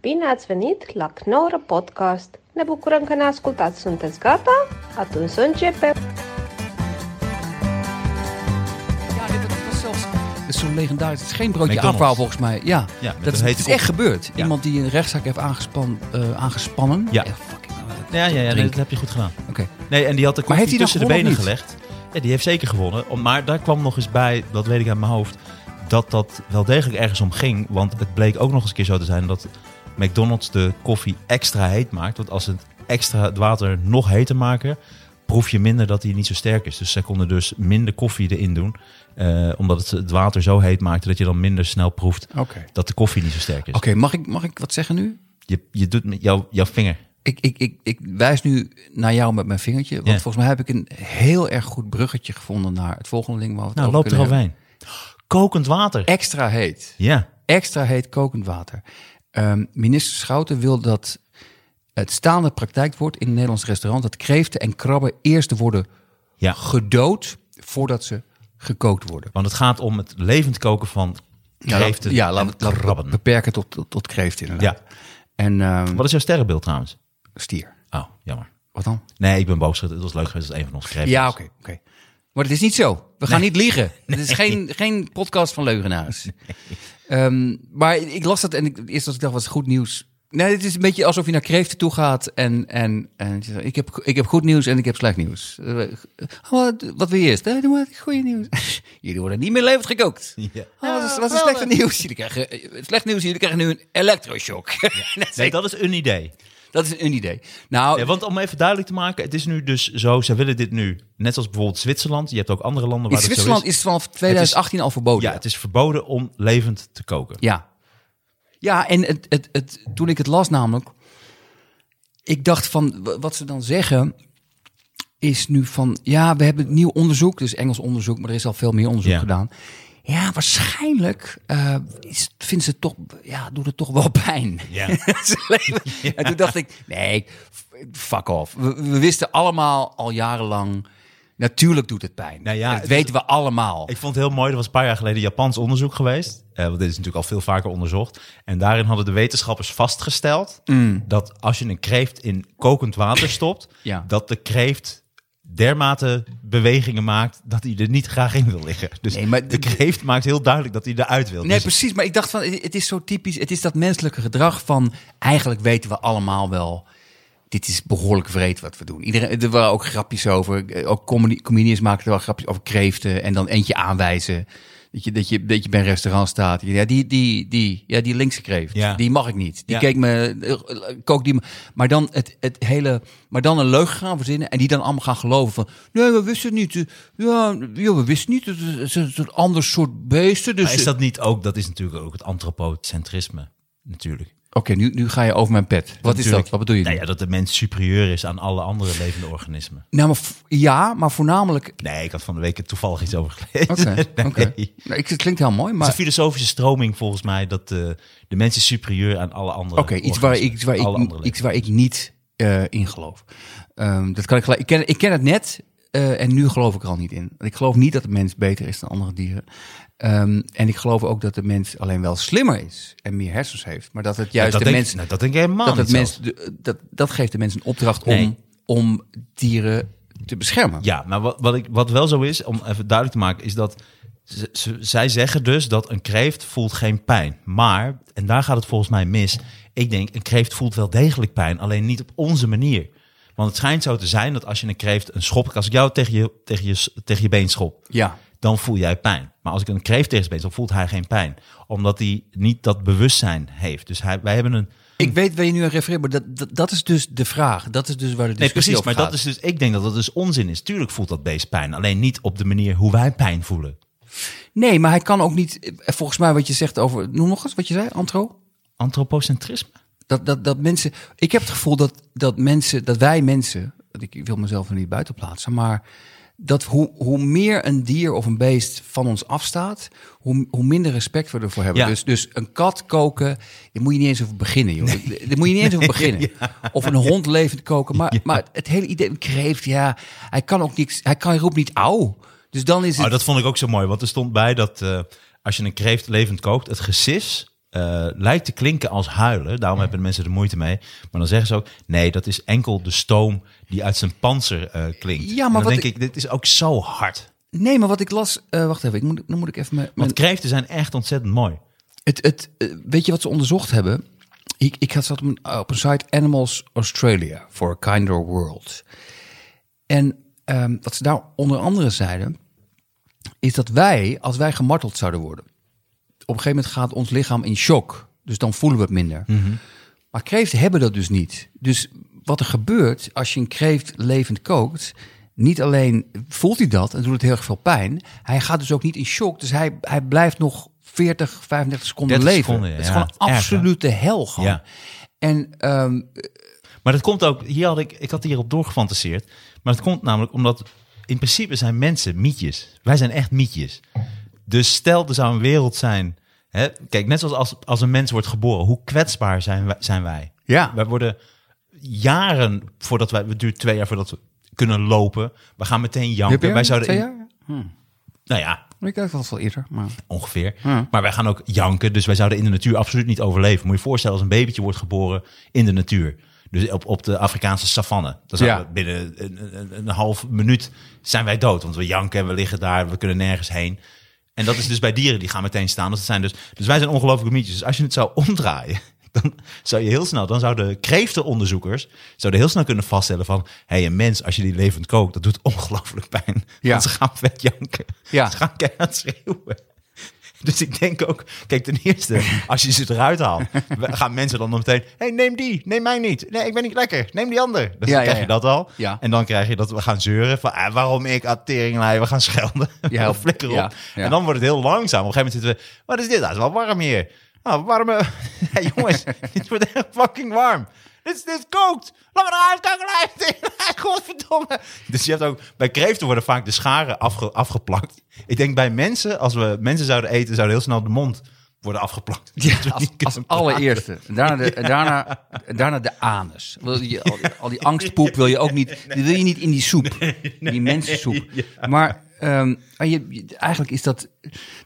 Bine ați venit la Knorr Podcast! Ne bucurăm că ne ascultați! Sunteți gata? Atunci să începem! Ja, dit was zelfs. Het is zo legendarisch. Het is geen broodje McDonald's. afval volgens mij. Ja, Ja, met dat is, een het hete is kop. echt gebeurd. Ja. Iemand die een rechtszaak heeft aangespan, eh, aangespannen. Ja. fucking. eh, Ja, ja, ja nee, drink. dat heb je goed gedaan. Oké. Nee, en die had de Maar heeft koffie hij tussen dan de benen gewonnen gelegd. Ja, die heeft zeker gewonnen. Om- Maar daar kwam nog eens bij, dat weet ik uit mijn hoofd, dat dat wel degelijk ergens om ging. Want het bleek ook nog eens een keer zo te zijn dat McDonald's de koffie extra heet maakt. Want als ze het extra het water nog heter maken, proef je minder dat die niet zo sterk is. Dus zij konden dus minder koffie erin doen. eh, omdat het het water zo heet maakte dat je dan minder snel proeft Oké. Oh. dat de koffie niet zo sterk is. Oké, mag, ik, mag ik wat zeggen nu? Je, je doet met jouw, jouw vinger. Ik, ik, ik, ik wijs nu naar jou met mijn vingertje. Want Ja. volgens mij heb ik een heel erg goed bruggetje gevonden naar het volgende ding. Waar we het Nou, over loopt er kunnen overheen. Kokend water. hebben. Extra heet. Ja. Extra heet kokend water. Ehm, minister Schouten wil dat het staande praktijkwoord in een Nederlands restaurant... dat kreeften en krabben eerst worden Ja. gedood voordat ze gekookt worden. Want het gaat om het levend koken van kreeften ja, laten we en het- laten we het krabben. beperken tot, tot, tot kreeften inderdaad. Ja. En ehm, Wat is jouw sterrenbeeld trouwens? stier. Oh, jammer. Wat dan? Nee, ik ben boos. Het was leuk geweest als een van ons kreeften. Ja, was. oké. oké. Maar het is niet zo. We gaan niet liegen. Het is geen, geen podcast van leugenaars. Ehm, maar ik las dat en ik, eerst als ik dacht, was goed nieuws. Nee, het is een beetje alsof je naar kreeften toe gaat en, en, en je zegt, ik, heb, ik heb goed nieuws en ik heb slecht nieuws. Eh, oh, wat, wat wil je eerst? Eh, doe maar het goede nieuws. Jullie worden niet meer levend gekookt. Ja. Oh, wat is, wat is slecht nieuws? Jullie krijgen, eh, slecht nieuws, jullie krijgen nu een elektroshock. Nee, dat is een idee. dat is een idee. Nou, Ja, want om even duidelijk te maken, het is nu dus zo, ze willen dit nu, net als bijvoorbeeld Zwitserland. Je hebt ook andere landen waar in dat Zwitserland zo is het vanaf 2018 al is. verboden. Ja, het is verboden om levend te koken. Ja. Ja, en het, het, het, toen ik het las namelijk... Ik dacht van, w- wat ze dan zeggen is nu van... Ja, we hebben nieuw onderzoek, dus Engels onderzoek... maar er is al veel meer onderzoek Ja. gedaan. Ja, waarschijnlijk eh, is, vindt ze toch... Ja, doet het toch wel pijn. Ja. Ze leven- En toen dacht ik, nee, f- fuck off. We, we wisten allemaal al jarenlang... Natuurlijk doet het pijn. Nou ja, dat het is- weten we allemaal. Ik vond het heel mooi, er was een paar jaar geleden Japans onderzoek geweest. Eh, want dit is natuurlijk al veel vaker onderzocht. En daarin hadden de wetenschappers vastgesteld dat als je een kreeft in kokend water stopt, Mm. Ja. dat de kreeft dermate bewegingen maakt dat hij er niet graag in wil liggen. Dus Nee, maar de d- kreeft maakt heel duidelijk dat hij eruit wil. Nee, Dus- precies. Maar ik dacht van, het is zo typisch. Het is dat menselijke gedrag van, eigenlijk weten we allemaal wel, dit is behoorlijk vreed wat we doen. Iedereen, er waren ook grapjes over. eh, Ook comedi- comedians maken er wel grapjes over kreeften en dan eentje aanwijzen. Dat je, dat je, dat je bij een restaurant staat. Ja, die, die, die, ja, die linkse kreeft, Ja. die mag ik niet. Die Ja. keek me, eh, kook die me. Maar dan het, het hele, maar dan een leugen gaan verzinnen en die dan allemaal gaan geloven van, nee, we wisten het niet. Eh, Ja, ja, we wisten niet. Het is een soort ander soort beesten. Dus Maar is dat niet ook, dat is natuurlijk ook het antropocentrisme, natuurlijk. Oké, nu, nu ga je over mijn pet. Wat is Natuurlijk. dat? Wat bedoel je? Nou Nou, ja, dat de mens superieur is aan alle andere levende organismen. nou maar v- ja, maar voornamelijk. Nee, ik had van de week er toevallig iets over gelezen. Oké, oké. Nee. Nou, ik- het klinkt heel mooi, maar Het is een filosofische stroming volgens mij dat eh, de mens is superieur aan alle andere. oké, iets waar ik, organismen, iets waar alle ik, andere iets levens. waar ik niet eh, in geloof. Ehm, dat kan ik, gelijk- ik, ken, ik ken het net eh, en nu geloof ik er al niet in. Ik geloof niet dat de mens beter is dan andere dieren. Ehm, en ik geloof ook dat de mens alleen wel slimmer is en meer hersens heeft, maar dat het Nou, juist dat de denk, mens nou, dat denk ik helemaal dat, het niet mens zelfs. de- dat dat geeft de mens een opdracht om Nee. om dieren te beschermen. Ja, maar wat, wat, ik, wat wel zo is, om even duidelijk te maken, is dat ze- ze- zij zeggen dus dat een kreeft voelt geen pijn. Maar, en daar gaat het volgens mij mis, ik denk een kreeft voelt wel degelijk pijn, alleen niet op onze manier. Want het schijnt zo te zijn dat als je een kreeft een schop, als ik jou tegen je, tegen je, tegen je been schop, ja. dan voel jij pijn. Maar als ik een kreeft tegen zijn been schop, voelt hij geen pijn. Omdat hij niet dat bewustzijn heeft. Dus hij, wij hebben een Ik weet waar je nu aan refereert, maar dat, dat, dat is dus de vraag. Dat is dus waar de Nee, discussie precies. over Maar dat gaat. is dus, ik denk dat dat dus onzin is. Tuurlijk voelt dat beest pijn. Alleen niet op de manier hoe wij pijn voelen. Nee, maar hij kan ook niet... eh, Volgens mij wat je zegt over... Noem nog eens wat je zei, Antro. Antropocentrisme. Dat, dat, dat mensen... Ik heb het gevoel dat, dat mensen... Dat wij mensen... want Ik wil mezelf er niet buiten plaatsen, maar... Dat hoe, hoe meer een dier of een beest van ons afstaat, hoe, hoe minder respect we ervoor hebben. Ja. Dus, dus een kat koken, daar moet je niet eens over beginnen, joh. Daar moet je niet eens over beginnen. Of een hond levend koken. Maar, maar het hele idee, een kreeft, ja, hij kan ook niks, hij kan, hij roept niet auw. Dus dan is het. Oh, dat vond ik ook zo mooi. Want er stond bij dat eh, als je een kreeft levend kookt, het gesis eh, lijkt te klinken als huilen. Daarom hebben de mensen er moeite mee. Maar dan zeggen ze ook, nee, dat is enkel de stoom die uit zijn panzer eh, Ja, klinkt. maar En dan wat denk ik- ik, dit is ook zo hard. Nee, maar wat ik las... eh, wacht even, ik moet, dan moet ik even... Mijn, Want mijn- kreeften zijn echt ontzettend mooi. het, het, eh, weet je wat ze onderzocht hebben? Ik, ik had zat op een, eh, op een site Animals Australia for a Kinder World. En ehm, wat ze daar onder andere zeiden... is dat wij, als wij gemarteld zouden worden... op een gegeven moment gaat ons lichaam in shock. Dus dan voelen we het minder. Mhm. Maar kreeften hebben dat dus niet. Dus wat er gebeurt als je een kreeft levend kookt... niet alleen voelt hij dat en doet het heel erg veel pijn... hij gaat dus ook niet in shock. Dus hij, hij blijft nog 40, 35 seconden 30 leven. seconden, het is ja. gewoon Erg, hè? absolute hel gewoon. Ja. En ehm, Maar dat komt ook, hier had ik, ik had hierop doorgefantaseerd. Maar dat komt namelijk omdat in principe zijn mensen mietjes. Wij zijn echt mietjes. Dus stel er zou een wereld zijn. Hè, kijk, net zoals als, als een mens wordt geboren, hoe kwetsbaar zijn wij? Zijn wij? Ja. wij worden jaren voordat wij, het duurt twee jaar voordat we kunnen lopen. We gaan meteen janken. heb je wij hem? zouden twee in- jaar? nou ja, Ik dacht dat wel eerder. Maar... ongeveer. Maar wij gaan ook janken, dus wij zouden in de natuur absoluut niet overleven. Moet je je voorstellen als een babytje wordt geboren in de natuur. Dus op, op de Afrikaanse savanne. Dan zijn Ja. we binnen een, een, een half minuut zijn wij dood. Want we janken en we liggen daar, we kunnen nergens heen. En dat is dus bij dieren, die gaan meteen staan. Dus, dat zijn dus, dus wij zijn ongelooflijke mietjes. Dus als je het zou omdraaien, dan zou je heel snel... dan zouden kreeftenonderzoekers zouden heel snel kunnen vaststellen van... hé, hey, een mens, als je die levend kookt, dat doet ongelooflijk pijn. Ja. Want ze gaan vet janken. Ja. Ze gaan keihard schreeuwen. Dus ik denk ook, kijk, ten eerste, als je ze eruit haalt, we- gaan mensen dan nog meteen, hey, neem die, neem mij niet. Nee, ik ben niet lekker, neem die ander. Dus Ja, dan ja, krijg ja. je dat al. Ja. En dan krijg je dat we gaan zeuren van, ah, waarom ik, ah, teringlijn, we gaan schelden. Ja, Ja, flikker op. ja, ja. En dan wordt het heel langzaam. Op een gegeven moment zitten we, wat is dit? Ah, het is wel warm hier. Nou, warme, hey, jongens, dit wordt echt fucking warm. Dit, is- dit kookt. Laat me eruit, kijk eruit. Godverdomme. Dus je hebt ook, bij kreeften worden vaak de scharen afge- afgeplakt. Ik denk bij mensen, als we mensen zouden eten, zouden heel snel de mond worden afgeplakt. Ja, Dat we als, niet kunnen als allereerste. Daarna de, daarna, daarna de anus. Wil je, al, al die angstpoep wil je ook niet. Die wil je niet in die soep. die mensensoep. Maar ehm, maar je, je- eigenlijk is dat.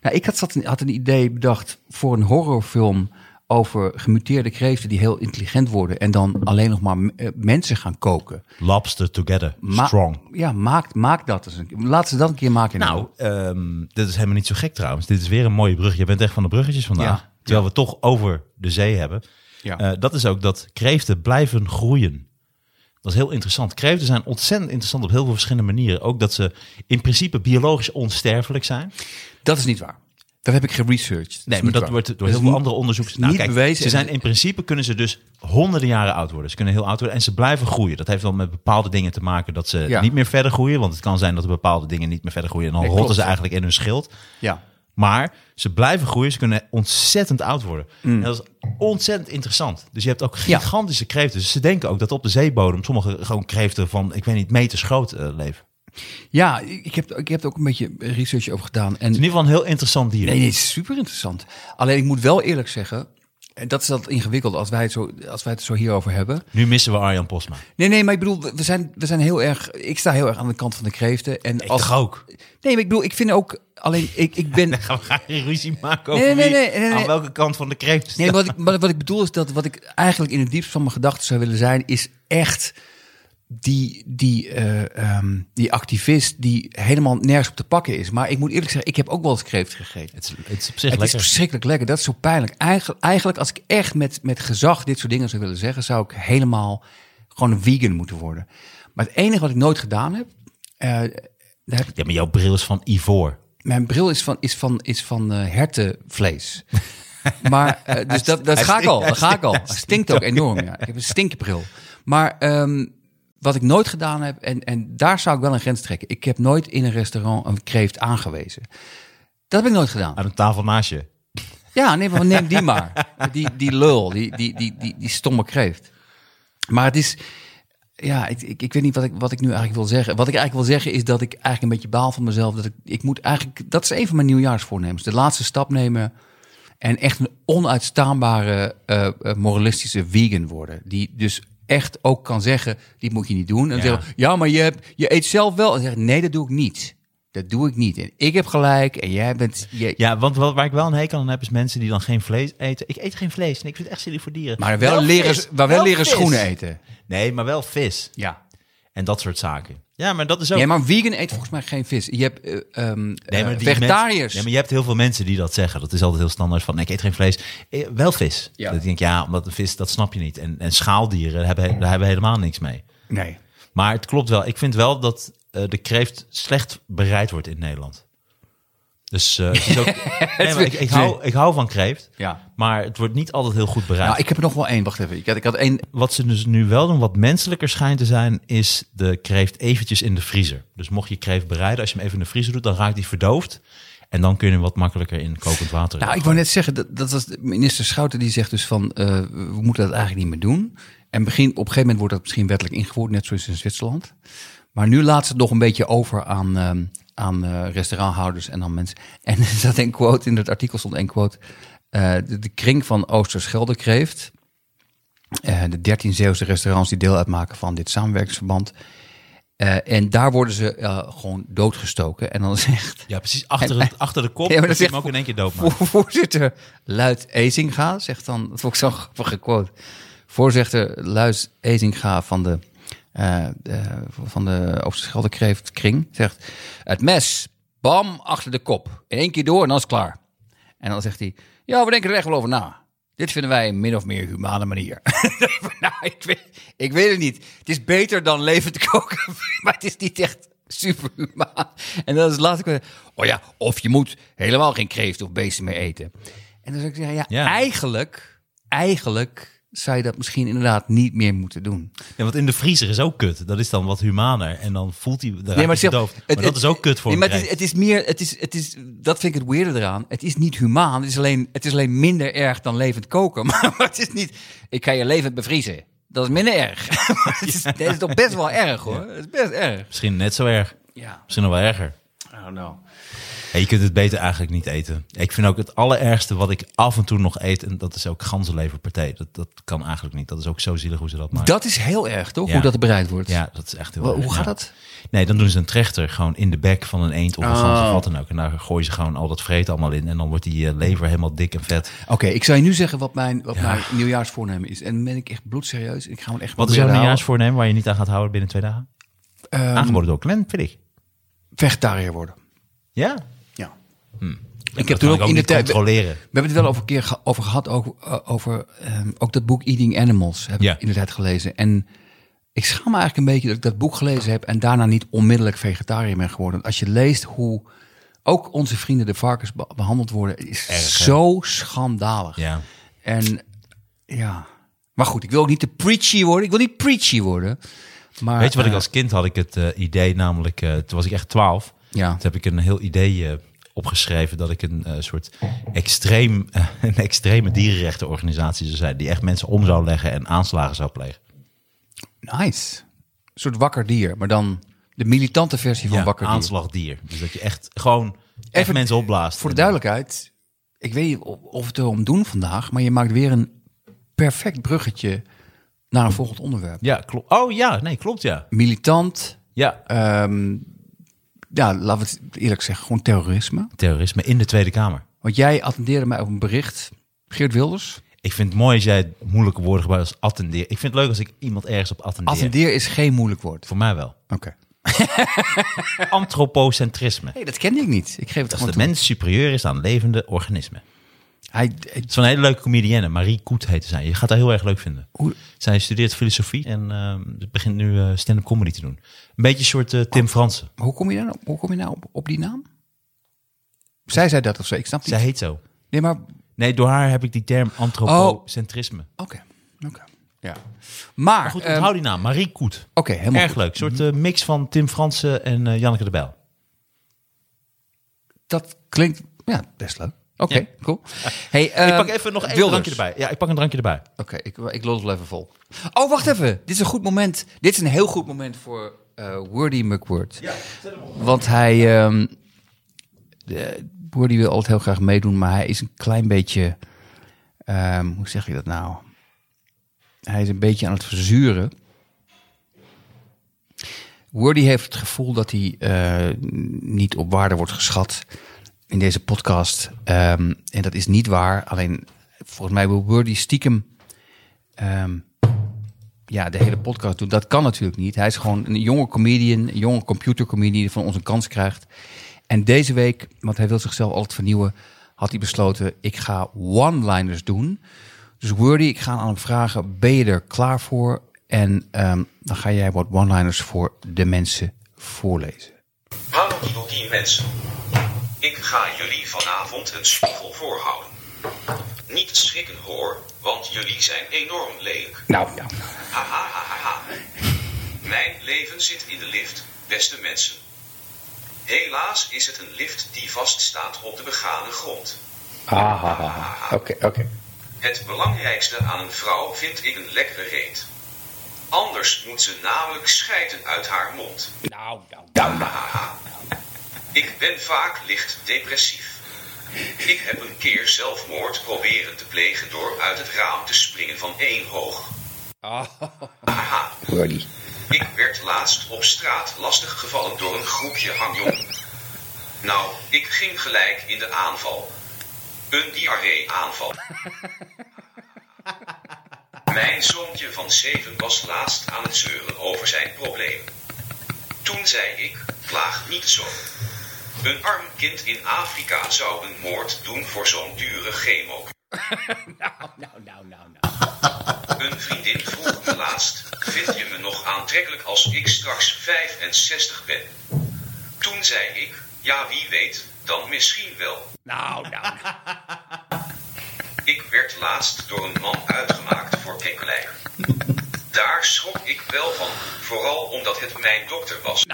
Nou, ik had, zat, een- had een idee bedacht voor een horrorfilm over gemuteerde kreeften die heel intelligant worden en dan alleen nog maar eh, mensen gaan koken. praten. Lobster together, Ma- strong. Ja, maak, maak dat eens. Een, laat ze dat een keer maken. Nou, ehm, dit is helemaal niet zo gek trouwens. Dit is weer een mooie brug. Je bent echt van de bruggetjes vandaag. Ja, terwijl we toch over de zee hebben. Ja. Eh, dat is ook dat kreeften blijven groeien. Dat is heel interessant. Kreeften zijn ontzettend interessant op heel veel verschillende manieren. Ook dat ze in principe biologisch onsterfelijk zijn. dat is niet waar. Dat heb ik geresearched. Dat Nee, is maar niet dat waar. wordt door is heel veel niet- andere onderzoekers Nou, niet bewezen. Ze zijn in principe kunnen ze dus honderden jaren oud worden. Ze kunnen heel oud worden en ze blijven groeien. Dat heeft wel met bepaalde dingen te maken dat ze Ja. niet meer verder groeien, want het kan zijn dat er bepaalde dingen niet meer verder groeien en dan Nee, rotten klopt. ze eigenlijk in hun schild. Ja. Maar ze blijven groeien, ze kunnen ontzettend oud worden. En dat is ontzettend interessant. Dus je hebt ook Mm. Ja. gigantische kreeften. Dus ze denken ook dat op de zeebodem sommige gewoon kreeften van, ik weet niet, meters groot eh, leven. Ja, ik ik heb, ik heb er ook een beetje research over gedaan. En Het is in ieder geval een heel interessant dier. nee, nee, het is super interessant. Alleen ik moet wel eerlijk zeggen, en dat is dat ingewikkeld als wij het zo, als wij het zo hierover hebben. Nu missen we Arjan Posma. Nee, nee, maar ik bedoel, we- we zijn, we zijn heel erg. Ik sta heel erg aan de kant van de kreeften. En Ik als, toch ook. Nee, maar ik bedoel, ik vind ook. Alleen ik, ik ben. Dan gaan we graag een ruzie maken Nee, over nee, wie nee, nee, nee, nee. aan welke kant van de kreeft Nee, wat ik, maar wat ik bedoel is dat wat ik eigenlijk in het diepst van mijn gedachten zou willen zijn, is echt die, die, eh, ehm, die activist die helemaal nergens op te pakken is. Maar ik moet eerlijk zeggen, ik heb ook wel eens kreeft gegeten. Het, is, het is op zich Het lekker. is verschrikkelijk lekker. Dat is zo pijnlijk. Eigen- eigenlijk, als ik echt met, met gezag dit soort dingen zou willen zeggen, zou ik helemaal gewoon een vegan moeten worden. Maar het enige wat ik nooit gedaan heb, eh, daar heb ik- Ja, maar jouw bril is van ivoor. mijn bril is van, is van, is van eh, hertenvlees. Maar eh, dus dat, dat hij ga ik al, stinkt- dat ga ik al. hij Het stinkt ook enorm, ja. Ik heb een stinkbril. Maar ehm, wat ik nooit gedaan heb, en, en daar zou ik wel een grens trekken. Ik heb nooit in een restaurant een kreeft aangewezen. Dat heb ik nooit gedaan. Aan een tafel naast je. Ja, nee, maar neem die maar. Die, die lul, die, die, die, die, die stomme kreeft. Maar het is... Ja, ik, ik, ik weet niet wat ik, wat ik nu eigenlijk wil zeggen. Wat ik eigenlijk wil zeggen is dat ik eigenlijk een beetje baal van mezelf. Dat ik, ik moet eigenlijk... Dat is een van mijn nieuwjaarsvoornemens. De laatste stap nemen en echt een onuitstaanbare eh, eh, moralistische vegan worden. Die dus echt ook kan zeggen, dit moet je niet doen. En Ja. zeggen, ja, maar je, hebt, je eet zelf wel. En zeggen, nee, dat doe ik niet. Dat doe ik niet. En ik heb gelijk en jij bent... jij- Ja, want wat, waar ik wel een hekel aan heb, is mensen die dan geen vlees eten. Ik eet geen vlees en ik vind het echt zielig voor dieren. Maar wel, leren, vis, maar wel leren vis. schoenen eten. Nee, maar wel vis Ja. en dat soort zaken. Ja, maar dat is ook... Ja, maar vegan eet volgens mij geen vis. Je hebt eh, ehm, Nee, maar eh, die vegetariërs. mensen- nee, maar je hebt heel veel mensen die dat zeggen. Dat is altijd heel standaard van, nee, ik eet geen vlees. Eh, Wel vis. Ja. Dat ik denk, ja, omdat de vis, dat snap je niet. En, en schaaldieren, hebben, daar hebben we helemaal niks mee. nee. Maar het klopt wel. Ik vind wel dat eh, de kreeft slecht bereid wordt in Nederland. Dus eh, het is ook... nee, maar ik, ik, hou, ik hou van kreeft. Ja. Maar het wordt niet altijd heel goed bereid. Nou, ik heb er nog wel één. Wacht even. Ik had, ik had één. Wat ze dus nu wel doen, wat menselijker schijnt te zijn, is de kreeft eventjes in de vriezer. Dus mocht je kreeft bereiden, als je hem even in de vriezer doet, dan raakt hij verdoofd. En dan kun je hem wat makkelijker in kokend water. Nou, ik wou net zeggen, dat, dat was de minister Schouten die zegt dus van, eh, we moeten dat eigenlijk niet meer doen. En begin, op een gegeven moment wordt dat misschien wettelijk ingevoerd, net zoals in Zwitserland. Maar nu laat ze het nog een beetje over aan, ehm, aan eh, restauranthouders en aan mensen. En er zat een quote, in het artikel stond een quote, eh, de, de kring van Oosterschelde kreeft. eh, de 13 Zeeuwse restaurants die deel uitmaken van dit samenwerkingsverband. Eh, en daar worden ze eh, gewoon doodgestoken. En dan zegt Ja, precies. Achter, het, achter de kop. Ja, Ja, maar dat dat je hem zegt- ook in één keer dood Voor- Voorzitter Luid Ezinga zegt dan, dat vond ik zo'n grappige quote. Voorzitter Luid Ezinga van de, eh eh, van de Oosterschelde Kreeft Kring zegt: Het mes, bam, achter de kop. In één keer door en dan is het klaar. En dan zegt hij: Ja, we denken er echt wel over na. Dit vinden wij een min of meer humane manier. nou, ik, weet, ik weet het niet. Het is beter dan levend koken, maar het is niet echt super humaan. En dan is het laatste. keer, Oh ja, of je moet helemaal geen kreeft of beesten meer eten. En dan zou ik zeggen: Ja, Ja. eigenlijk, eigenlijk zou je dat misschien inderdaad niet meer moeten doen. Ja, want in de vriezer is ook kut. Dat is dan wat humaner. En dan voelt hij, dan raakt hij het is heel- verdoofd. Maar dat is ook kut voor nee, een maar het is, kreeft. het is meer, het is, het is, dat vind ik het weirder eraan. Het is niet humaan, het is alleen, het is alleen minder erg dan levend koken. Maar het is niet, ik ga je levend bevriezen. Dat is minder erg. Maar het is, dat is toch best wel erg hoor. Het is best erg. Misschien net zo erg. Ja. Misschien nog wel erger. I don't know. Ja, je kunt het beter eigenlijk niet eten. Ik vind ook het allerergste wat ik af en toe nog eet, en dat is ook ganzenleverpartij. Dat, dat kan eigenlijk niet. Dat is ook zo zielig hoe ze dat maken. Dat is heel erg toch, Ja. hoe dat er bereid wordt. Ja, dat is echt heel Hoe- erg, hoe gaat ja. dat? Nee, dan doen ze een trechter gewoon in de bek van een eend of een Oh. gans of wat dan ook. En daar gooien ze gewoon al dat vreet allemaal in. En dan wordt die eh, lever helemaal dik en vet. Oké, ik zal je nu zeggen wat mijn, wat mijn nieuwjaarsvoornemen is. En dan ben ik echt bloedserieus. Ik ga me echt Wat is proberen jouw te houden. nieuwjaarsvoornemen waar je nou? niet aan gaat houden binnen twee dagen? Aangeboden door Glenn, vind ik. Vegetariër worden. Ja. Ja. Ik heb toen ook in de tijd- controleren. We hebben het wel over een keer ge- over gehad, ook, eh, over ehm, ook dat boek Eating Animals heb Ja. ik inderdaad gelezen. En ik schaam me eigenlijk een beetje dat ik dat boek gelezen heb en daarna niet onmiddellijk vegetariër ben geworden. Als je leest hoe ook onze vrienden de varkens be- behandeld worden, het is Erg, hè? zo schandalig. Ja. En ja, maar goed, ik wil ook niet te preachy worden. Ik wil niet preachy worden. Maar, Weet je wat ik eh, als kind had? Ik het eh, idee namelijk, eh, toen was ik echt twaalf. Ja. Toen heb ik een heel idee eh, opgeschreven dat ik een eh, soort extreem, een extreme dierenrechtenorganisatie zou zijn. Die echt mensen om zou leggen en aanslagen zou plegen. Nice. Een soort wakker dier, maar dan de militante versie van Ja, wakker dier. aanslagdier. Dus dat je echt gewoon echt Even mensen opblaast. Voor de duidelijkheid, ik weet niet of- of we het erom doen vandaag, maar je maakt weer een perfect bruggetje naar een volgend onderwerp. Ja, klopt. Oh ja, nee, klopt ja. Militant, Ja, ehm, ja, laten we het eerlijk zeggen, gewoon terrorisme. terrorisme in de Tweede Kamer. Want jij attendeerde mij op een bericht, Geert Wilders. Ik vind het mooi als jij moeilijke woorden gebruikt als attendeer. Ik vind het leuk als ik iemand ergens op attendeer. Attendeer is geen moeilijk woord. Voor mij wel. Oké. Antropocentrisme. Nee, dat kende ik niet. Ik geef het Dat is gewoon de toe. mens superieur is aan levende organismen. Hij, hij- Het is van een hele leuke comedienne, Marie Koet heet zij. Je gaat haar heel erg leuk vinden. Hoe- Zij studeert filosofie en ehm, ze begint nu eh, stand-up comedy te doen. Een beetje een soort eh, Oh, Tim Fransen. hoe kom je nou, op- hoe kom je nou op, op die naam? Zij zei dat of zo, ik snap het Zij niet. heet zo. Nee, maar oké. Nee, door haar heb ik die term Oh. antropocentrisme. Oké. Ja. Maar, Goed, ehm, onthoud die naam, Marie Koet. Oké, helemaal Erg goed. leuk. Een soort eh, mix van Tim Fransen en eh, Janneke de Bijl. Dat klinkt ja, best leuk. Oké, Ja. cool. Hey, Ik ehm, pak even nog één Wilders. drankje erbij. Ja, ik pak een drankje erbij. Oké, ik, ik lul het wel even vol. Oh, wacht even. Dit is een goed moment. Dit is een heel goed moment voor eh, Wordy McWord. Want hij... ehm, de- Wordy wil altijd heel graag meedoen, maar hij is een klein beetje... ehm, hoe zeg je dat nou? Hij is een beetje aan het verzuren. Wordy heeft het gevoel dat hij eh, niet op waarde wordt geschat in deze podcast. Ehm, en dat is niet waar. Alleen volgens mij wil Wordy stiekem ehm, ja, de hele podcast doen. Dat kan natuurlijk niet. Hij is gewoon een jonge comedian, een jonge computercomedian die van ons een kans krijgt. En deze week, want hij wil zichzelf altijd vernieuwen, had hij besloten: ik ga one-liners doen. Dus Wordy, ik ga aan hem vragen: ben je er klaar voor? En ehm, dan ga jij wat one-liners voor de mensen voorlezen. Hallo Iwokie mensen. Ik ga jullie vanavond een spiegel voorhouden. Niet schrikken hoor, want jullie zijn enorm lelijk. Nou, ja. Hahaha. Mijn leven zit in de lift, beste mensen. Helaas is het een lift die vaststaat op de begane grond. Ah, Oké, oké. Het belangrijkste aan een vrouw vind ik een lekkere reet. Anders moet ze namelijk scheiden uit haar mond. Nou, nou, nou, Ik ben vaak licht depressief. Ik heb een keer zelfmoord proberen te plegen door uit het raam te springen van één hoog. Aha, Wordy. ik werd laatst op straat lastiggevallen door een groepje hangjong. Nou, ik ging gelijk in de aanval. Een diarree-aanval. Mijn zoontje van zeven was laatst aan het zeuren over zijn probleem. Toen zei ik, klaag niet zo. Een arm kind in Afrika zou een moord doen voor zo'n dure chemo. Nou, Een vriendin vroeg me laatst: Vind je me nog aantrekkelijk als ik straks 65 ben? Toen zei ik: Ja, wie weet, dan misschien wel. Nou, nou. Ik werd laatst door een man uitgemaakt voor kekkelij. Daar schrok ik wel van, vooral omdat het mijn dokter was.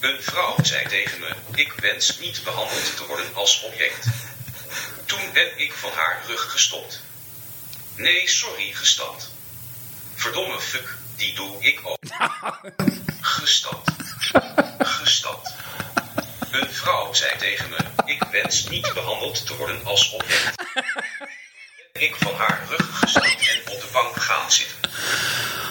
Een vrouw zei tegen me: Ik wens niet behandeld te worden als object. Toen ben ik van haar rug gestopt. Nee, sorry, gestapt. Verdomme fuck, die doe ik ook. Gestapt. Gestapt. Een vrouw zei tegen me: Ik wens niet behandeld te worden als object. Ben ik van haar rug gestapt en op de bank gaan zitten.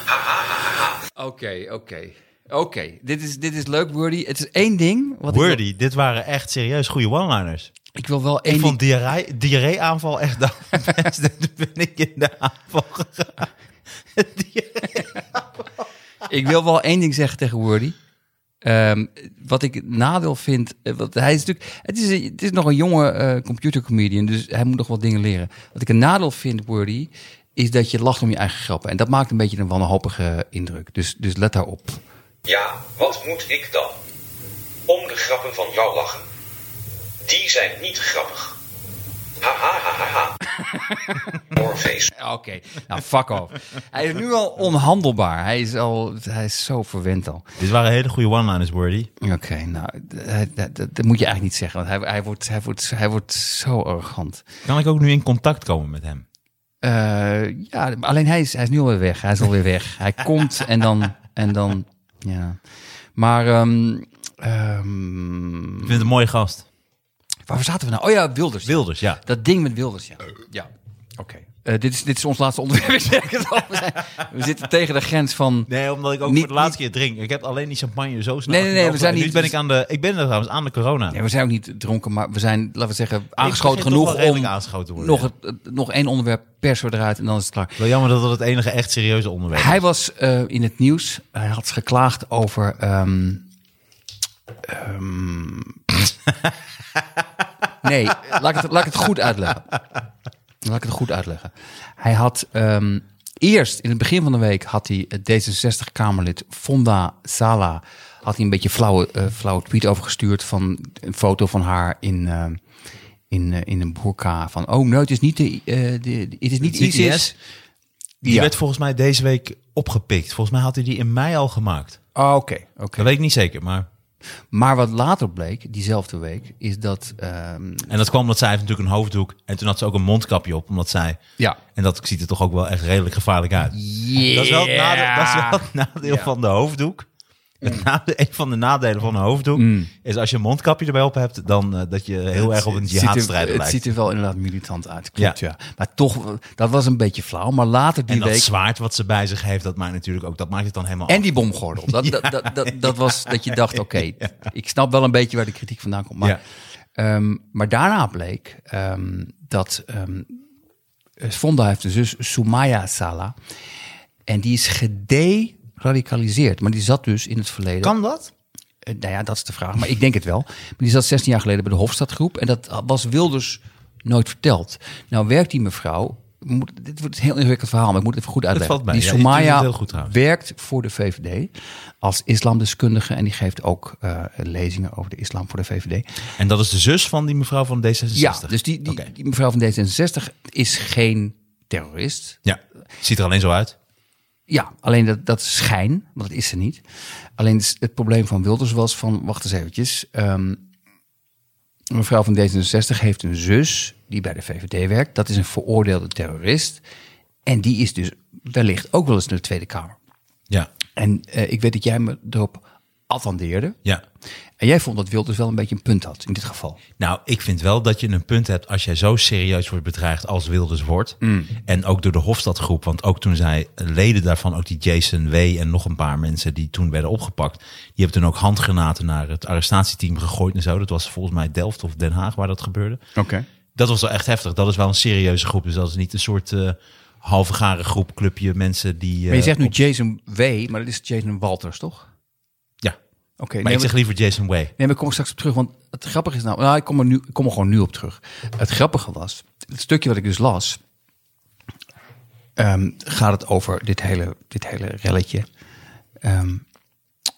Haha. Oké, oké. Oké, dit is, dit is leuk, Wordy. Het is één ding. Wat ik wil- Wordy, dit waren echt serieus goede one-liners. Ik wil wel één Ik ding. vond diarree- diarree-aanval echt de beste. Toen ben ik in de aanval gegaan. ik wil wel één ding zeggen tegen Wordy. Ehm, wat ik nadeel vind, eh, want hij is natuurlijk, het is, een- het is nog een jonge eh computercomedian, dus hij moet nog wat dingen leren. Wat ik een nadeel vind, Wordy, is dat je lacht om je eigen grappen. En dat maakt een beetje een wanhopige indruk. Dus, dus let daarop. Ja, wat moet ik dan? Om de grappen van jou lachen. Die zijn niet grappig. Ha ha ha ha ha. Orfees. Oké, nou fuck off. Hij is nu al onhandelbaar. Hij is, al, hij is zo verwend al. Dit waren hele goede one-liners, Wordy. Oké, nou, dat, dat- dat- dat moet je eigenlijk niet zeggen, want hij, hij, wordt, hij, wordt, hij wordt zo arrogant. Kan ik ook nu in contact komen met hem? Eh, ja, alleen hij is, hij is nu alweer weg. Hij is alweer weg. Hij komt en dan, en dan, ja. Maar, ehm, ehm, Ik vind het een mooie gast. waar zaten we nou? Oh ja, Wilders. Wilders, ja. Dat ding met Wilders, Eh. ja. Ja, oké. Eh, dit, is, dit is ons laatste onderwerp. we, zijn, we zitten tegen de grens van... Nee, omdat ik ook Niet- voor de laatste keer drink. Ik heb alleen die champagne zo snel. Nee, nee, nee, we genoten. zijn En Nu niet- ben ik aan de. Ik ben er trouwens aan de corona. Nee, we zijn ook niet dronken, maar we zijn, laten we zeggen, aangeschoten begin toch genoeg wel redelijk om aangeschoten te worden, nog, ja. het, het- nog één onderwerp persen we eruit en dan is het klaar. Wel jammer dat dat het enige echt serieuze onderwerp is. Hij was eh, in het nieuws, hij had geklaagd over. ehm, ehm, nee, laat ik, het, laat ik het goed uitleggen. Laat ik het goed uitleggen. Hij had ehm, eerst, in het begin van de week, had hij het D66-Kamerlid Fonda Sala. Had hij een beetje flauwe, eh, flauwe tweet overgestuurd van een foto van haar in. ehm, in, eh, in een burka van, oh nee, het is niet, de, eh, de, het is niet Het is niet ISIS. IS. Die Ja. werd volgens mij deze week opgepikt. Volgens mij had hij die in mei al gemaakt. Ah, Oké, oké. Dat weet ik niet zeker, maar. Maar wat later bleek, diezelfde week, is dat. ehm, En dat kwam omdat zij heeft natuurlijk een hoofddoek. En toen had ze ook een mondkapje op, omdat zij. Ja. En dat ziet er toch nou, ook wel echt redelijk gevaarlijk uit. Dat is wel het nadeel, dat is wel het nadeel van de hoofddoek. Het nade- een van de nadelen van een hoofddoek Mm. is als je een mondkapje erbij op hebt, dan eh, dat je heel erg op een Het ziet er- jihadstrijder Het lijkt. ziet er wel inderdaad militant uit, klopt ja. Maar toch, dat was een beetje flauw. Maar later die en dat week... zwaard wat ze bij zich heeft, dat maakt natuurlijk ook, dat maakt het dan helemaal En die bomgordel. Dat, dat, dat, dat, dat was dat je dacht, oké, ik snap wel een beetje waar de kritiek vandaan komt. Maar, Ja. ehm, maar daarna bleek ehm, dat ehm eh, Fonda heeft een zus, Soumaya Sala. En die is gederadicaliseerd. Maar die zat dus in het verleden... Kan dat? Eh, nou ja, dat is de vraag. Maar ik denk het wel. Maar die zat 16 jaar geleden bij de Hofstadgroep. En dat was Wilders nooit verteld. Nou werkt die mevrouw... Moet, dit wordt een heel ingewikkeld verhaal, maar ik moet het even goed uitleggen. valt mij. Die Ja, je doet het Soumaya heel goed trouwens. werkt voor de VVD als islamdeskundige. En die geeft ook eh, lezingen over de islam voor de VVD. En dat is de zus van die mevrouw van D66. Ja, dus die, die, Oké. die mevrouw van D66 is geen terrorist. ja. Ziet er alleen zo uit. Ja, alleen dat, dat is schijn, want dat is ze niet. Alleen het, het probleem van Wilders was van, wacht eens eventjes. ehm, mevrouw van D66 heeft een zus die bij de VVD werkt. Dat is een veroordeelde terrorist. En die is dus wellicht ook wel eens naar de Tweede Kamer. Ja. En eh, ik weet dat jij me erop attendeerde. Ja. En jij vond dat Wilders wel een beetje een punt had in dit geval. Nou, ik vind wel dat je een punt hebt als jij zo serieus wordt bedreigd als Wilders wordt. Mm. En ook door de Hofstadgroep. Want ook toen zij leden daarvan, ook die Jason W. en nog een paar mensen die toen werden opgepakt. Die hebben toen ook handgranaten naar het arrestatieteam gegooid en zo. Dat was volgens mij Delft of Den Haag waar dat gebeurde. Oké. Dat was wel echt heftig. Dat is wel een serieuze groep. Dus dat is niet een soort eh halve garen groep, clubje mensen die... Maar je eh, zegt nu op- Jason W., maar dat is Jason Walters, toch? Ja, Oké, maar nee, ik zeg liever Jason Way. Nee, maar ik kom er straks op terug. Want het grappige is nou... nou ik, kom er nu, ik kom er gewoon nu op terug. Het grappige was... Het stukje wat ik dus las... ehm, gaat het over dit hele, dit hele relletje. Ehm,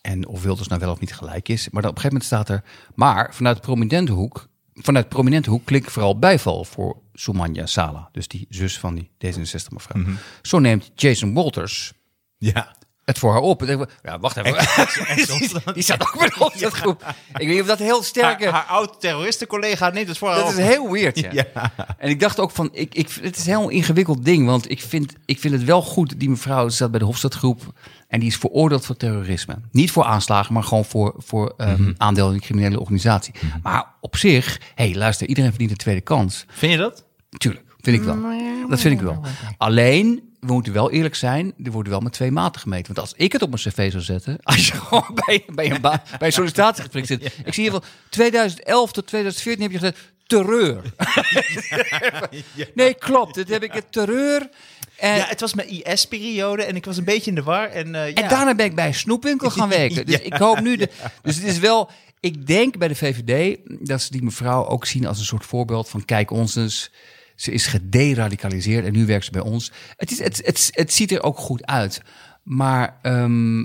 en of Wilders nou wel of niet gelijk is. Maar dan op een gegeven moment staat er... Maar vanuit prominente hoek... Vanuit prominente hoek klinkt vooral bijval voor Soumanya Sala. Dus die zus van die D66 mevrouw. Zo neemt Jason Walters Ja. het voor haar op. En denk ik, Ja, wacht even. die, die zat ook bij de groep. Ik weet niet of dat heel sterke... oud-terroristen-collega neemt het voor Dat is heel weird, ja. Oh. Ja. En ik dacht ook van, ik, ik, het is een heel ingewikkeld ding. Want ik vind, ik vind het wel goed, die mevrouw zat bij de Hofstadgroep... en die is veroordeeld voor terrorisme. Niet voor aanslagen, maar gewoon voor, voor ehm, aandeel in een criminele organisatie. Maar op zich, hé, hey, luister, iedereen verdient een tweede kans. Vind je dat? Tuurlijk, vind ik wel. Dat vind ik wel. Alleen, we moeten wel eerlijk zijn, er worden wel met twee maten gemeten. Want als ik het op mijn cv zou zetten, als je gewoon bij, bij, een, ba- bij een sollicitatiegesprek zit. Ik zie hier wel, 2011 tot 2014 heb je gezegd, terreur. nee, klopt, dit heb ik het terreur. En, Ja, het was mijn IS-periode en ik was een beetje in de war. En, eh, ja. en daarna ben ik bij een snoepwinkel gaan werken. Dus ik hoop nu... De, dus het is wel... Ik denk bij de VVD dat ze die mevrouw ook zien als een soort voorbeeld van... kijk ons eens, ze is gederadicaliseerd en nu werkt ze bij ons. Het, is, het, het, het ziet er ook goed uit. Maar ehm,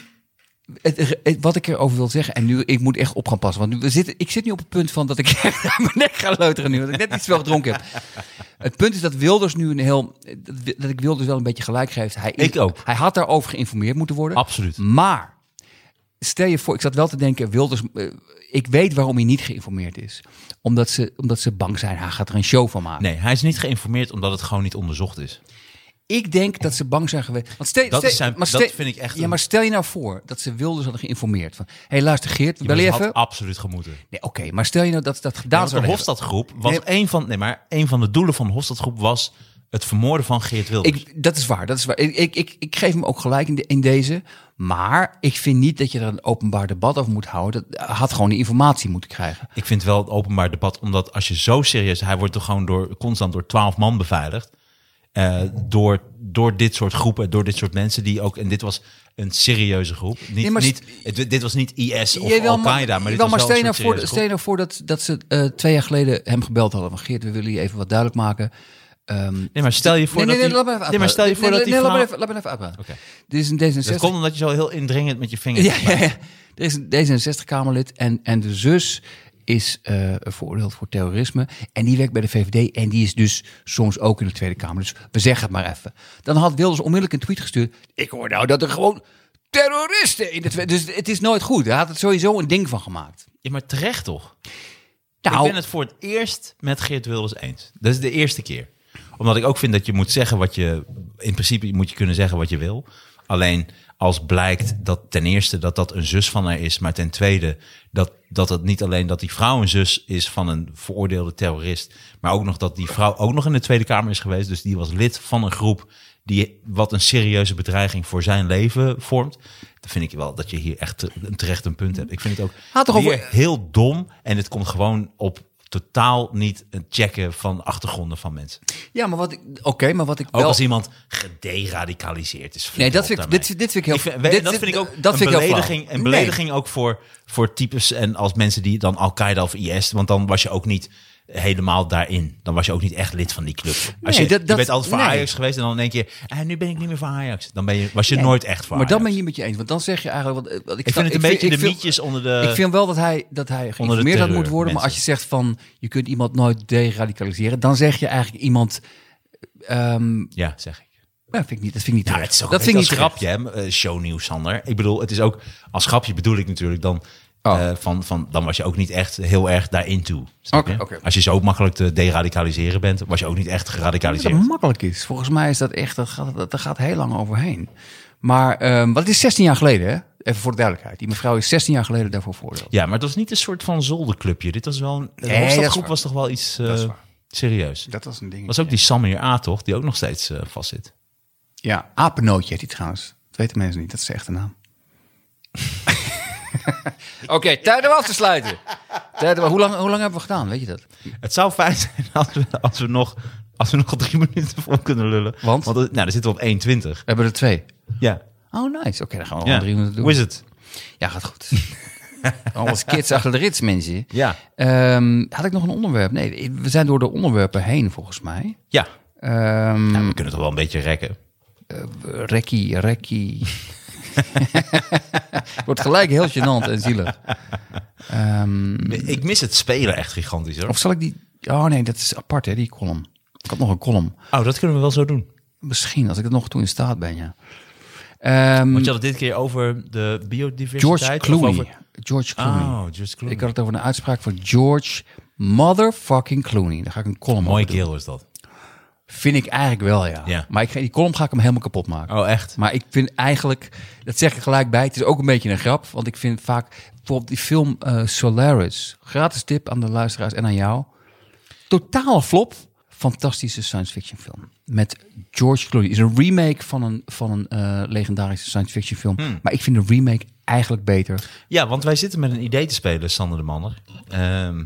het, het- wat ik erover wil zeggen... en nu, ik moet echt op gaan passen. Want nu, we zitten, ik zit nu op het punt van dat ik echt aan mijn nek ga leuteren nu... want ik net iets wel gedronken heb. Het punt is dat Wilders nu een heel... dat- dat ik Wilders wel een beetje gelijk geef. Hij, Ik ook. Hij had daarover geïnformeerd moeten worden. Absoluut. Maar stel je voor, ik zat wel te denken, Wilders, eh, ik weet waarom hij niet geïnformeerd is. Omdat ze, omdat ze bang zijn, hij gaat er een show van maken. Nee, hij is niet geïnformeerd omdat het gewoon niet onderzocht is. Ik denk dat ze bang zijn geweest. Want stel, Dat stel- is zijn- maar dat stel- vind ik echt Ja, een- maar stel je nou voor dat ze Wilders hadden geïnformeerd. Van, hey, luister Geert, we Maar bellen het even. had absoluut gemoeten. Nee, Oké, maar stel je nou dat ze dat gedaan Want de zouden hebben. Hofstadgroep was Nee. een, van, nee, maar een van de doelen van de Hofstadgroep was het vermoorden van Geert Wilders. Ik, dat is waar, dat is waar. Ik, ik, ik, ik geef hem ook gelijk in, de- in deze. Maar ik vind niet dat je er een openbaar debat over moet houden. Dat hij had gewoon die informatie moeten krijgen. Ik vind wel het openbaar debat, omdat als je zo serieus... Hij wordt toch gewoon door, constant door twaalf man beveiligd. Eh, door, door dit soort groepen, door dit soort mensen die ook... En dit was een serieuze groep. Niet, Nee, maar- niet, het- dit was niet IS of Jawel, Al-Qaeda, maar dit jawel, was wel stel je een nou soort voor, serieuze stel je nou voor dat, dat ze eh, twee jaar geleden hem gebeld hadden. Van Geert, we willen je even wat duidelijk maken. Ehm, groep. Nee, maar stel je voor nee, nee, nee, laat dat die- me even uitpraten. nee, maar stel je voor Nee, dat die nee, laat me verhaal- even- laat me even uitpraten. Oké. Dit is een D66. Dat komt omdat je zo heel indringend met je vinger... Ja, ja, ja. Er is een D66-Kamerlid en, en de zus is eh, veroordeeld voor terrorisme. En die werkt bij de VVD en die is dus soms ook in de Tweede Kamer. Dus we zeggen het maar even. Dan had Wilders onmiddellijk een tweet gestuurd. Ik hoor nou dat er gewoon terroristen in de Tweede... Dus het is nooit goed. Hij had het sowieso een ding van gemaakt. Ja, maar terecht toch? Nou, Ik ben het voor het eerst met Geert Wilders eens. Dat is de eerste keer. Omdat ik ook vind dat je moet zeggen wat je... In principe moet je kunnen zeggen wat je wil. Alleen als blijkt dat ten eerste dat dat een zus van haar is, maar ten tweede dat, dat het niet alleen dat die vrouw een zus is van een veroordeelde terrorist, maar ook nog dat die vrouw ook nog in de Tweede Kamer is geweest. Dus die was lid van een groep die wat een serieuze bedreiging voor zijn leven vormt. Dan vind ik wel dat je hier echt te- terecht een punt hebt. Ik vind het ook Gaat toch weer over- heel dom en het komt gewoon op totaal niet het checken van achtergronden van mensen. Ja, maar wat ik... Oké, maar wat ik Ook wel... als iemand gederadicaliseerd is. Nee, dat vertel vind ik- daarmee. dit- dit vind ik heel- we- en dit- dat dit- vind ik ook dat een vind ik heel flauw. belediging, een Nee. belediging ook voor, voor types en als mensen die dan Al-Qaeda of IS, want dan was je ook niet helemaal daarin. Dan was je ook niet echt lid van die club. Als Nee, je, dat- je dat- bent altijd voor nee. Ajax geweest en dan denk je, eh, nu ben ik niet meer voor Ajax. Dan ben je, was je nooit echt voor Maar Ajax. dan ben je met je eens. Want dan zeg je eigenlijk... Wat, wat ik, Ik sta- vind het een ik beetje de vind- mietjes onder de... ik vind wel dat hij, dat hij geïnformeerd had terreur, moet worden. Maar als je mensen. zegt van je kunt iemand nooit deradicaliseren, dan zeg je eigenlijk iemand. ehm ja, zeg ik. nou, vind ik niet, dat vind ik niet. Ja, terecht. het is ook dat een vind ik niet beetje als terecht. grapje, hè? eh, shownieuws, Sander. Ik bedoel, het is ook als grapje bedoel ik natuurlijk dan. Oh. eh, van, van, dan was je ook niet echt heel erg daarin toe. snap Oké, je? oké. Als je zo makkelijk te deradicaliseren bent, was je ook niet echt Dat geradicaliseerd. het makkelijk is. Volgens mij is dat echt, dat gaat, dat, dat gaat heel lang overheen. Maar ehm wat het is 16 jaar geleden, hè? even voor de duidelijkheid. Die mevrouw is 16 jaar geleden daarvoor veroordeeld. Ja, maar het was niet een soort van zolderclubje. Dit was wel een. De Nee, dat is Hofstadgroep waar. was toch wel iets eh, Dat is waar. serieus. Dat was een ding. was ook die Samir A, toch? Die ook nog steeds eh, vastzit. Ja, apennootje heet die trouwens. Dat weten mensen niet, dat is de echte naam. Oké, tijd om af te sluiten. Tijd om- hoe, lang, hoe lang hebben we gedaan, weet je dat? Het zou fijn zijn als we, als we, nog, als we nog drie minuten vol kunnen lullen. Want? Want eh, nou, dan zitten we op 1,20. We hebben er twee. Ja. Oh, nice. Oké, dan gaan we ja. gewoon drie minuten doen. Hoe is het? Ja, gaat goed. Alles kids achter de rits, mensen. Ja. Ehm, had ik nog een onderwerp? Nee, we zijn door de onderwerpen heen, volgens mij. Ja. Ehm Nou, we kunnen toch wel een beetje rekken. rekkie, rekkie. Wordt gelijk heel gênant en zielig. Ehm, Ik mis het spelen echt gigantisch hoor. of zal ik die... Oh nee, dat is apart, hè, die column. Ik had nog een column. Oh, dat kunnen we wel zo doen. Misschien, als ik er nog toe in staat ben, ja. Ehm, Want je had het dit keer over de biodiversiteit. George of Clooney. Ah. over- George Clooney. Oh, George Clooney. Ik had het over een uitspraak van George motherfucking Clooney. Daar ga ik een column Mooie over doen. keel is dat. Vind ik eigenlijk wel, ja. Ja. Maar ik, ga- die column ga ik hem helemaal kapot maken. Oh, echt? Maar ik vind eigenlijk, dat zeg ik gelijk bij, het is ook een beetje een grap. Want ik vind vaak, bijvoorbeeld die film eh, Solaris. Gratis tip aan de luisteraars en aan jou. Totaal flop. Fantastische science fiction film. Met George Clooney. is een remake van een, van een eh, legendarische science fiction film. Hmm. Maar ik vind de remake eigenlijk beter. Ja, want wij zitten met een idee te spelen, Sander de Manner. ehm,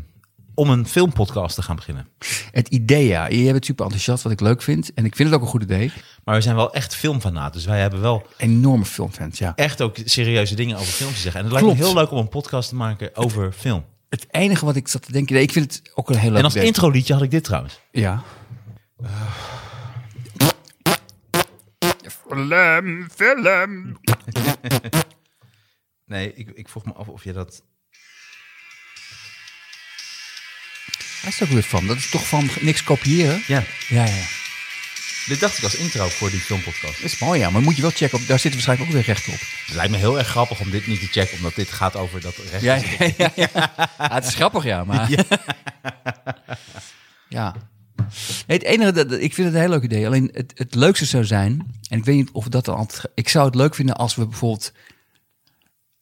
om een filmpodcast te gaan beginnen. Het idee, ja. Je bent super enthousiast, wat ik leuk vind. En ik vind het ook een goed idee. Maar we zijn wel echt filmfanaat. Dus wij hebben wel Enorme filmfans, ja. echt ook serieuze dingen over films te zeggen. En het lijkt me Klopt. heel leuk om een podcast te maken over film. Het enige wat ik zat te denken... Nee, ik vind het ook een heel leuk En als idee. intro liedje had ik dit trouwens. Ja. Film, film. Nee, ik, ik vroeg me af of je dat... Hij is er ook weer van. Dat is toch van niks kopiëren? Ja, Ja, ja. dit dacht ik als intro voor die filmpodcast. Dat is mooi, ja. Maar moet je wel checken. Op, daar zitten waarschijnlijk ook weer recht op. Het lijkt me heel erg grappig om dit niet te checken, omdat dit gaat over dat recht. Ja, ja, ja. Ah, het is grappig, ja. Maar... Ja. Nee, het enige, dat, dat- ik vind het een heel leuk idee. Alleen het, het leukste zou zijn... En ik weet niet of dat dan altijd... ge- Ik zou het leuk vinden als we bijvoorbeeld...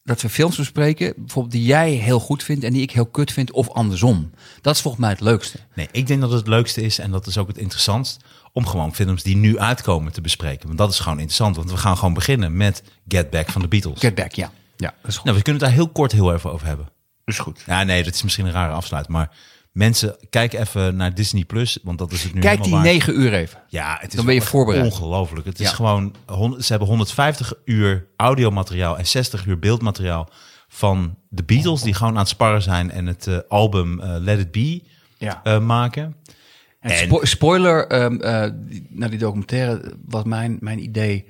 Dat we films bespreken, bijvoorbeeld die jij heel goed vindt en die ik heel kut vind, of andersom. Dat is volgens mij het leukste. Nee, ik denk dat het het leukste is en dat is ook het interessantst om gewoon films die nu uitkomen te bespreken. Want dat is gewoon interessant, want we gaan gewoon beginnen met Get Back van de Beatles. Get back, ja. Ja, dat is goed. Nou, we kunnen het daar heel kort heel even over hebben. Dat is goed. Ja, nee, dat is misschien een rare afsluit, maar mensen, kijk even naar Disney Plus, want dat is het nu Kijk helemaal die waard. negen uur even. Ja, het is Dan ben je echt voorbereid. Ongelooflijk. Het is Ja. gewoon, hon- ze hebben 150 uur audiomateriaal en 60 uur beeldmateriaal van de Beatles, die gewoon aan het sparren zijn en het eh, album eh, Let It Be Ja. eh, maken. En- Spo- spoiler ehm, eh, die- naar die documentaire was mijn, mijn idee.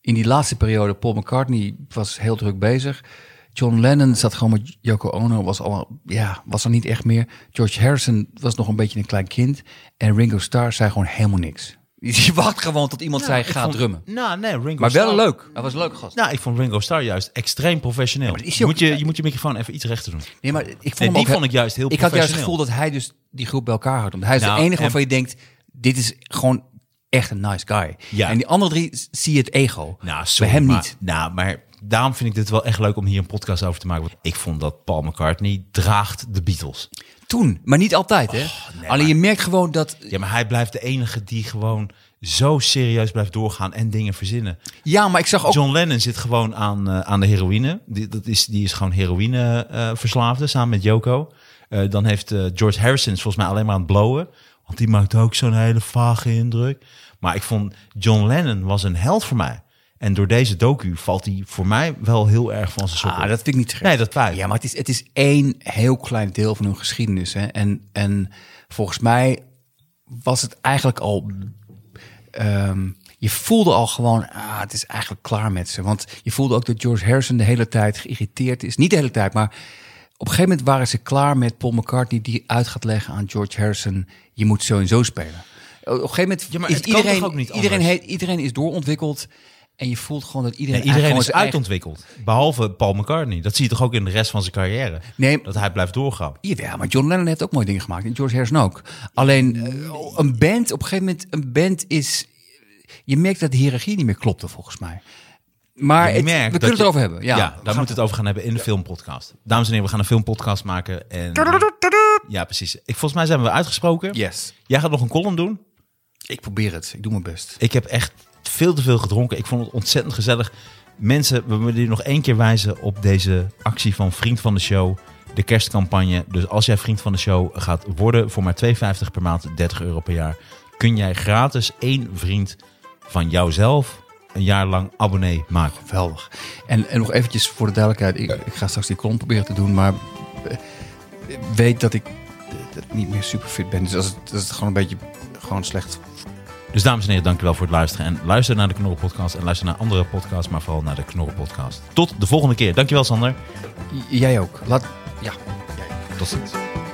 In die laatste periode, Paul McCartney was heel druk bezig. John Lennon zat gewoon met Yoko Ono, was, al, ja, was er niet echt meer. George Harrison was nog een beetje een klein kind. En Ringo Starr zei gewoon helemaal niks. Je wacht gewoon tot iemand zei, ik ga vond- drummen. Nou, nee, Ringo Maar wel Starr- leuk. Hij was een leuk gast. Nou, ik vond Ringo Starr juist extreem professioneel. dat is je, hij moet ook. je, je moet je microfoon even iets rechter doen. Nee, maar ik vond, Nee, hem die ook he- vond ik juist heel Ik had juist het professioneel. gevoel dat hij dus die groep bij elkaar houdt. Want hij is Nou, de enige en- waarvan je denkt, dit is gewoon echt een nice guy. Ja. En die andere drie s- zie je het ego. Nou, sorry, Bij hem maar- niet. Nou, maar daarom vind ik dit wel echt leuk om hier een podcast over te maken. Want ik vond dat Paul McCartney draagt de Beatles. Toen, maar niet altijd. Hè? Oh, Alleen je merkt gewoon dat... Ja, maar hij blijft de enige die gewoon zo serieus blijft doorgaan en dingen verzinnen. Ja, maar ik zag ook... John Lennon zit gewoon aan, eh, aan de heroïne. Die, dat is, die is gewoon heroïne eh, verslaafde samen met Yoko. Eh, dan heeft eh, George Harrison is volgens mij alleen maar aan het blowen. Want die maakt ook zo'n hele vage indruk. Maar ik vond John Lennon was een held voor mij. En door deze docu valt hij voor mij wel heel erg van zijn sokken. Ah, dat vind ik niet terecht. Nee, dat fijn. Ja, maar het is, het is één heel klein deel van hun geschiedenis. Hè? En, en volgens mij was het eigenlijk al... ehm, je voelde al gewoon, ah, het is eigenlijk klaar met ze. Want je voelde ook dat George Harrison de hele tijd geïrriteerd is. Niet de hele tijd, maar op een gegeven moment waren ze klaar met Paul McCartney... die uit gaat leggen aan George Harrison, je moet zo en zo spelen. Op een gegeven moment Ja, maar is het kan iedereen, toch ook niet iedereen, anders? heet, iedereen is doorontwikkeld... En je voelt gewoon dat iedereen, Nee, iedereen eigenlijk is gewoon zijn eigen- uitontwikkeld. Behalve Paul McCartney. Dat zie je toch ook in de rest van zijn carrière. Nee. Dat hij blijft doorgaan. Jawel, maar John Lennon heeft ook mooie dingen gemaakt. En George Harrison ook. Alleen eh, een band, op een gegeven moment, een band is... Je merkt dat de hiërarchie niet meer klopte, volgens mij. Maar Je het- we merkt kunnen dat het je- erover hebben. Ja, daar moeten we het over gaan hebben in de filmpodcast. Dames en heren, we gaan een filmpodcast maken. En, ja, precies. Ik, volgens mij zijn we uitgesproken. Yes. Jij gaat nog een column doen. Ik probeer het. Ik doe mijn best. Ik heb echt veel te veel gedronken. Ik vond het ontzettend gezellig. Mensen, we willen je nog één keer wijzen op deze actie van Vriend van de Show. De kerstcampagne. Dus als jij Vriend van de Show gaat worden voor maar 2,50 per maand, 30 euro per jaar, kun jij gratis één vriend van jouzelf een jaar lang abonnee maken. Geweldig. En, en nog eventjes voor de duidelijkheid. Ik, ik ga straks die kolom proberen te doen, maar eh, weet dat ik eh, dat ik niet meer super fit ben. Dus als het, als het gewoon een beetje gewoon slecht Dus dames en heren, dankjewel voor het luisteren. En luister naar de Knorren Podcast en luister naar andere podcasts, maar vooral naar de Knorren Podcast. Tot de volgende keer. Dankjewel Sander. J- Jij ook. Laat, ja. Tot ziens.